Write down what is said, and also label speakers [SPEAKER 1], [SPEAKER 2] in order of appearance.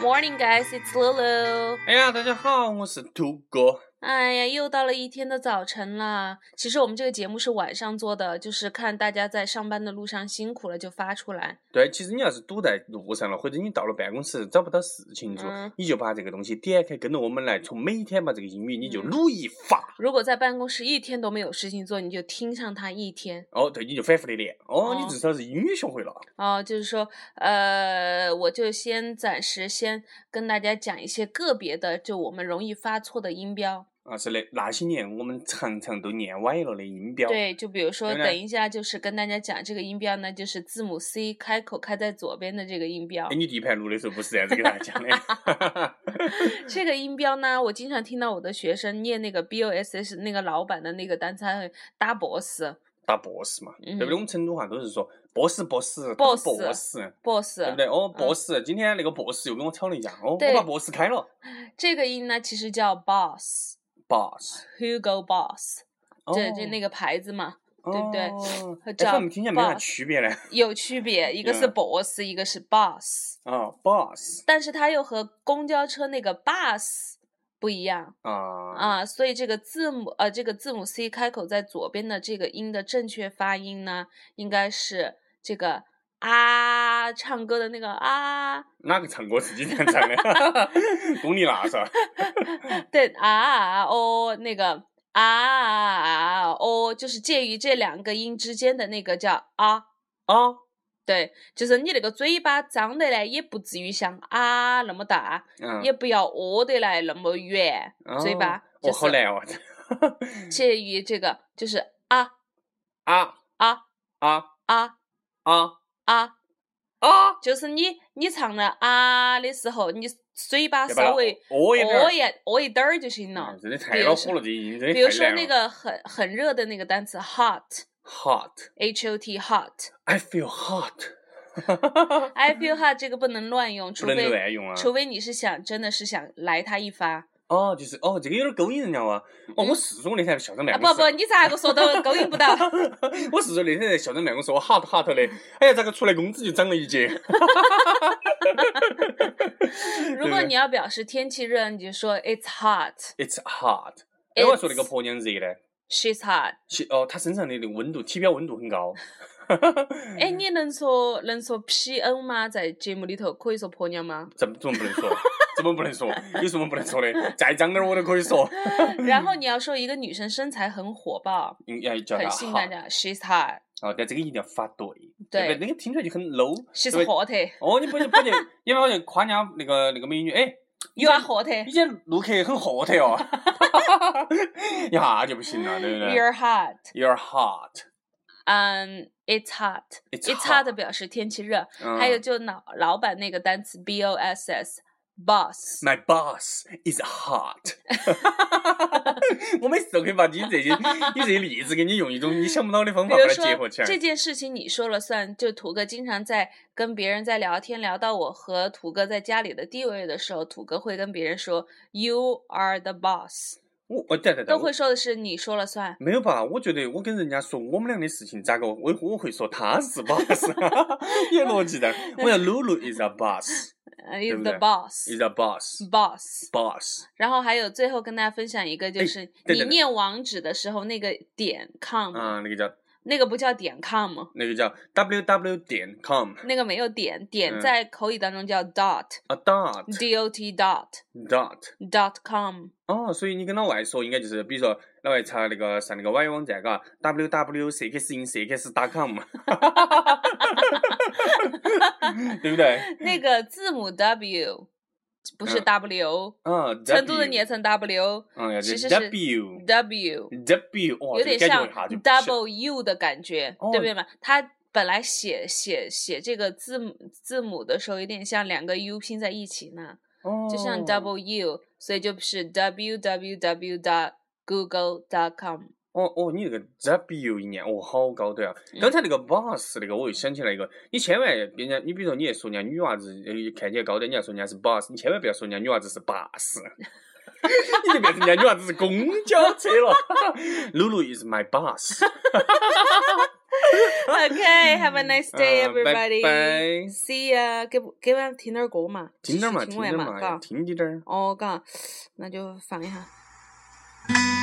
[SPEAKER 1] morning, guys. It's Lulu.
[SPEAKER 2] 哎呀，大家好，我是土哥。
[SPEAKER 1] 哎呀，又到了一天的早晨啦。其实我们这个节目是晚上做的，就是看大家在上班的路上辛苦了就发出来。
[SPEAKER 2] 对，其实你要是堵在路上了，或者你到了办公室找不到事情做，
[SPEAKER 1] 嗯
[SPEAKER 2] 你就把这个东西点开，跟着我们来，从每天把这个英语你就
[SPEAKER 1] 嗯
[SPEAKER 2] 撸一发。
[SPEAKER 1] 如果在办公室一天都没有事情做，你就听上它一天
[SPEAKER 2] 哦，对，你就反复的练。哦，
[SPEAKER 1] 哦
[SPEAKER 2] 你至少是英语学会了。
[SPEAKER 1] 哦。就是说，呃，我就先暂时先跟大家讲一些个别的，就我们容易发错的音标。
[SPEAKER 2] 啊，是的，那些年我们常常都念歪了的音标。
[SPEAKER 1] 对，就比如说，
[SPEAKER 2] 对不对
[SPEAKER 1] 等一下就是跟大家讲这个音标呢，就是字母 C 开口开在左边的这个音标
[SPEAKER 2] 哎，。你第一盘录的时候不是这样子给大家 讲的。
[SPEAKER 1] 这个音标呢，我经常听到我的学生念那个 B O S S 那个老板的那个单词，他会大 boss
[SPEAKER 2] 打 boss 嘛，
[SPEAKER 1] 嗯
[SPEAKER 2] 对不对？我们成都话都是说 boss boss 打
[SPEAKER 1] boss
[SPEAKER 2] boss，
[SPEAKER 1] boss
[SPEAKER 2] 对不对？哦，boss，今天那个 boss 又跟我吵了一架。哦，我
[SPEAKER 1] 嗯对
[SPEAKER 2] 把 boss 开了
[SPEAKER 1] 这个音呢，其实叫 boss
[SPEAKER 2] ，boss。
[SPEAKER 1] Hugo Boss，
[SPEAKER 2] 哦
[SPEAKER 1] 这这那个牌子嘛，对不对
[SPEAKER 2] 哦
[SPEAKER 1] 和
[SPEAKER 2] 哎
[SPEAKER 1] 叫
[SPEAKER 2] 和我们听起来没啥
[SPEAKER 1] boss
[SPEAKER 2] 区别嘞。
[SPEAKER 1] 有区别，一个是
[SPEAKER 2] 嗯
[SPEAKER 1] boss，一个是 boss，
[SPEAKER 2] 啊，boss
[SPEAKER 1] 但是它又和公交车那个 bus 不一样。
[SPEAKER 2] 啊
[SPEAKER 1] 啊，所以这个字母呃，这个字母 C 开口在左边的这个音的正确发音呢，应该是这个啊，唱歌的那个啊，
[SPEAKER 2] 哪个唱歌自己这样唱 的？功力大噻。
[SPEAKER 1] 对啊啊哦，那个啊啊啊哦，就是介于这两个音之间的那个叫啊，
[SPEAKER 2] 啊，
[SPEAKER 1] 对，就是你那个嘴巴张得来，也不至于像啊那么大，
[SPEAKER 2] 嗯
[SPEAKER 1] 也，不要哦得来那么远，嘴
[SPEAKER 2] 哦
[SPEAKER 1] 巴
[SPEAKER 2] 哦，
[SPEAKER 1] 就
[SPEAKER 2] 好
[SPEAKER 1] 是
[SPEAKER 2] 难哦。
[SPEAKER 1] 介于这个就是啊
[SPEAKER 2] 啊
[SPEAKER 1] 啊
[SPEAKER 2] 啊
[SPEAKER 1] 啊
[SPEAKER 2] 啊
[SPEAKER 1] 啊。
[SPEAKER 2] 啊！
[SPEAKER 1] 就是你你唱的啊的时候，你嘴巴
[SPEAKER 2] 要把它
[SPEAKER 1] 稍微
[SPEAKER 2] 哦一点儿
[SPEAKER 1] 哦。一哦一点儿就行了
[SPEAKER 2] 嗯。真的太
[SPEAKER 1] 比如
[SPEAKER 2] 恼
[SPEAKER 1] 说
[SPEAKER 2] 火了，这音真
[SPEAKER 1] 比
[SPEAKER 2] 的
[SPEAKER 1] 如
[SPEAKER 2] 太
[SPEAKER 1] 说
[SPEAKER 2] 难
[SPEAKER 1] 那
[SPEAKER 2] 了。
[SPEAKER 1] 个很很热的那个单词 hot，h
[SPEAKER 2] Hot,
[SPEAKER 1] o t hot。
[SPEAKER 2] I feel hot，
[SPEAKER 1] I feel hot 这个不能乱用，除
[SPEAKER 2] 不能
[SPEAKER 1] 非
[SPEAKER 2] 乱用啊。
[SPEAKER 1] 除非你是想真的是想来他一发
[SPEAKER 2] 哦，就是哦，这个有点勾引人家哇。哦，我是说那天在校长
[SPEAKER 1] 嗯啊！
[SPEAKER 2] 办公
[SPEAKER 1] 不
[SPEAKER 2] 室。
[SPEAKER 1] 不，你咋个说 都勾引不到。
[SPEAKER 2] 我是说那天在校长办公室，我 hot hot 的，哎呀，咋个出来工资就涨了一截？
[SPEAKER 1] 如果你要表示天气热，你就说 It's hot,
[SPEAKER 2] It's hot。哎，我还说那个
[SPEAKER 1] It's-
[SPEAKER 2] 婆娘热呢，
[SPEAKER 1] she's hot。
[SPEAKER 2] 其哦，她身上的那个温度，体表温度很高。
[SPEAKER 1] 哎，你能说能说 P N 吗？在节目里头可以说婆娘 吗？
[SPEAKER 2] 怎么怎么不 能说？怎么不能说？有什么不能说的？再脏点儿我都可以说。
[SPEAKER 1] 然后你要说一个女生身材很火爆、
[SPEAKER 2] 应该叫她
[SPEAKER 1] 很性感
[SPEAKER 2] hot。
[SPEAKER 1] 的，she's hot，
[SPEAKER 2] 哦，但这个一定要发对，
[SPEAKER 1] 对
[SPEAKER 2] 不对？那个听起来就很 low，
[SPEAKER 1] she's
[SPEAKER 2] 对不对
[SPEAKER 1] hot，
[SPEAKER 2] 哦，你不能不能， 你不能夸人家那个那个美女，哎，
[SPEAKER 1] you are hot，you
[SPEAKER 2] 你这录客很豁 特 哦，一下就不行了，对不啊对
[SPEAKER 1] are hot，
[SPEAKER 2] ？You're hot，
[SPEAKER 1] 嗯，it's hot，it's
[SPEAKER 2] It's
[SPEAKER 1] hot
[SPEAKER 2] hot
[SPEAKER 1] 表示天气热，
[SPEAKER 2] 嗯
[SPEAKER 1] 还有就老老板那个单词 boss，boss。
[SPEAKER 2] My boss is hot 。我每次都可以把你这些你这些例子给你用一种你想不到的方
[SPEAKER 1] 比
[SPEAKER 2] 法把
[SPEAKER 1] 如
[SPEAKER 2] 它结合
[SPEAKER 1] 说
[SPEAKER 2] 起来。
[SPEAKER 1] 这件事情你说了算，就土哥经常在跟别人在聊天，聊到我和土哥在家里的地位的时候，土哥会跟别人说 “You are the boss”，
[SPEAKER 2] 我我对对对，
[SPEAKER 1] 都
[SPEAKER 2] 我
[SPEAKER 1] 会说的是你说了算。
[SPEAKER 2] 没有吧？我觉得我跟人家说我们俩的事情咋个，我我会说他是 boss，也 逻辑的。我要 Lulu is a boss，is
[SPEAKER 1] 呃 is
[SPEAKER 2] 不
[SPEAKER 1] the
[SPEAKER 2] 对
[SPEAKER 1] boss
[SPEAKER 2] a boss，boss。
[SPEAKER 1] boss。然后还有最后跟大家分享一个，就
[SPEAKER 2] 哎
[SPEAKER 1] 是
[SPEAKER 2] 对
[SPEAKER 1] 你
[SPEAKER 2] 对对
[SPEAKER 1] 念网址的时候那个点 com，
[SPEAKER 2] 啊，那个叫
[SPEAKER 1] 那个不叫点 com，
[SPEAKER 2] 那个叫 ww 点 com
[SPEAKER 1] 那个没有点，点
[SPEAKER 2] 嗯
[SPEAKER 1] 在口语当中叫 dot
[SPEAKER 2] a dot
[SPEAKER 1] dot dot
[SPEAKER 2] dot。
[SPEAKER 1] dot com。
[SPEAKER 2] 哦，所以你跟老外说，应该就是比如说老外查那个上那个 Y 网站，嘎，w w c k s in c k s com，对不对？
[SPEAKER 1] 那个字母 w 不是
[SPEAKER 2] 嗯
[SPEAKER 1] w，
[SPEAKER 2] 啊，
[SPEAKER 1] 成都人
[SPEAKER 2] W
[SPEAKER 1] 念，成 w
[SPEAKER 2] 嗯，要
[SPEAKER 1] 其实是
[SPEAKER 2] W
[SPEAKER 1] w，
[SPEAKER 2] W，哇，
[SPEAKER 1] 有
[SPEAKER 2] 嗯这
[SPEAKER 1] 点
[SPEAKER 2] 个感觉
[SPEAKER 1] 像
[SPEAKER 2] 一下就
[SPEAKER 1] double u 的感觉，
[SPEAKER 2] 哦
[SPEAKER 1] 对不对嘛？它本来写写写这个字母字母的时候，有点像两个 u 拼在一起呢，
[SPEAKER 2] 哦，
[SPEAKER 1] 就像 double u，所以就是 www dot google dot com。
[SPEAKER 2] 哦哦，你那个 W 一念，哦，好高端啊！
[SPEAKER 1] 嗯
[SPEAKER 2] 刚才那个 boss 那个，我又想起来一个，你千万别人家，你比如说你也说人家女娃子呃看起来高端，你要说人家是 boss，你千万不要说人家女娃子是 bus，你就变成人家女娃子是公交车了。Lulu is my boss，
[SPEAKER 1] Okay, have a nice day,
[SPEAKER 2] 嗯拜
[SPEAKER 1] everybody.
[SPEAKER 2] 拜
[SPEAKER 1] See ya. 给不给俺听点儿歌嘛？
[SPEAKER 2] 听点儿嘛，哎
[SPEAKER 1] 继
[SPEAKER 2] 听
[SPEAKER 1] 续听
[SPEAKER 2] 点
[SPEAKER 1] 完
[SPEAKER 2] 儿
[SPEAKER 1] 嘛，哦
[SPEAKER 2] 嘛，
[SPEAKER 1] 嘎。
[SPEAKER 2] 要听滴点儿。
[SPEAKER 1] 哦，嘎，那就放一下。
[SPEAKER 3] Thank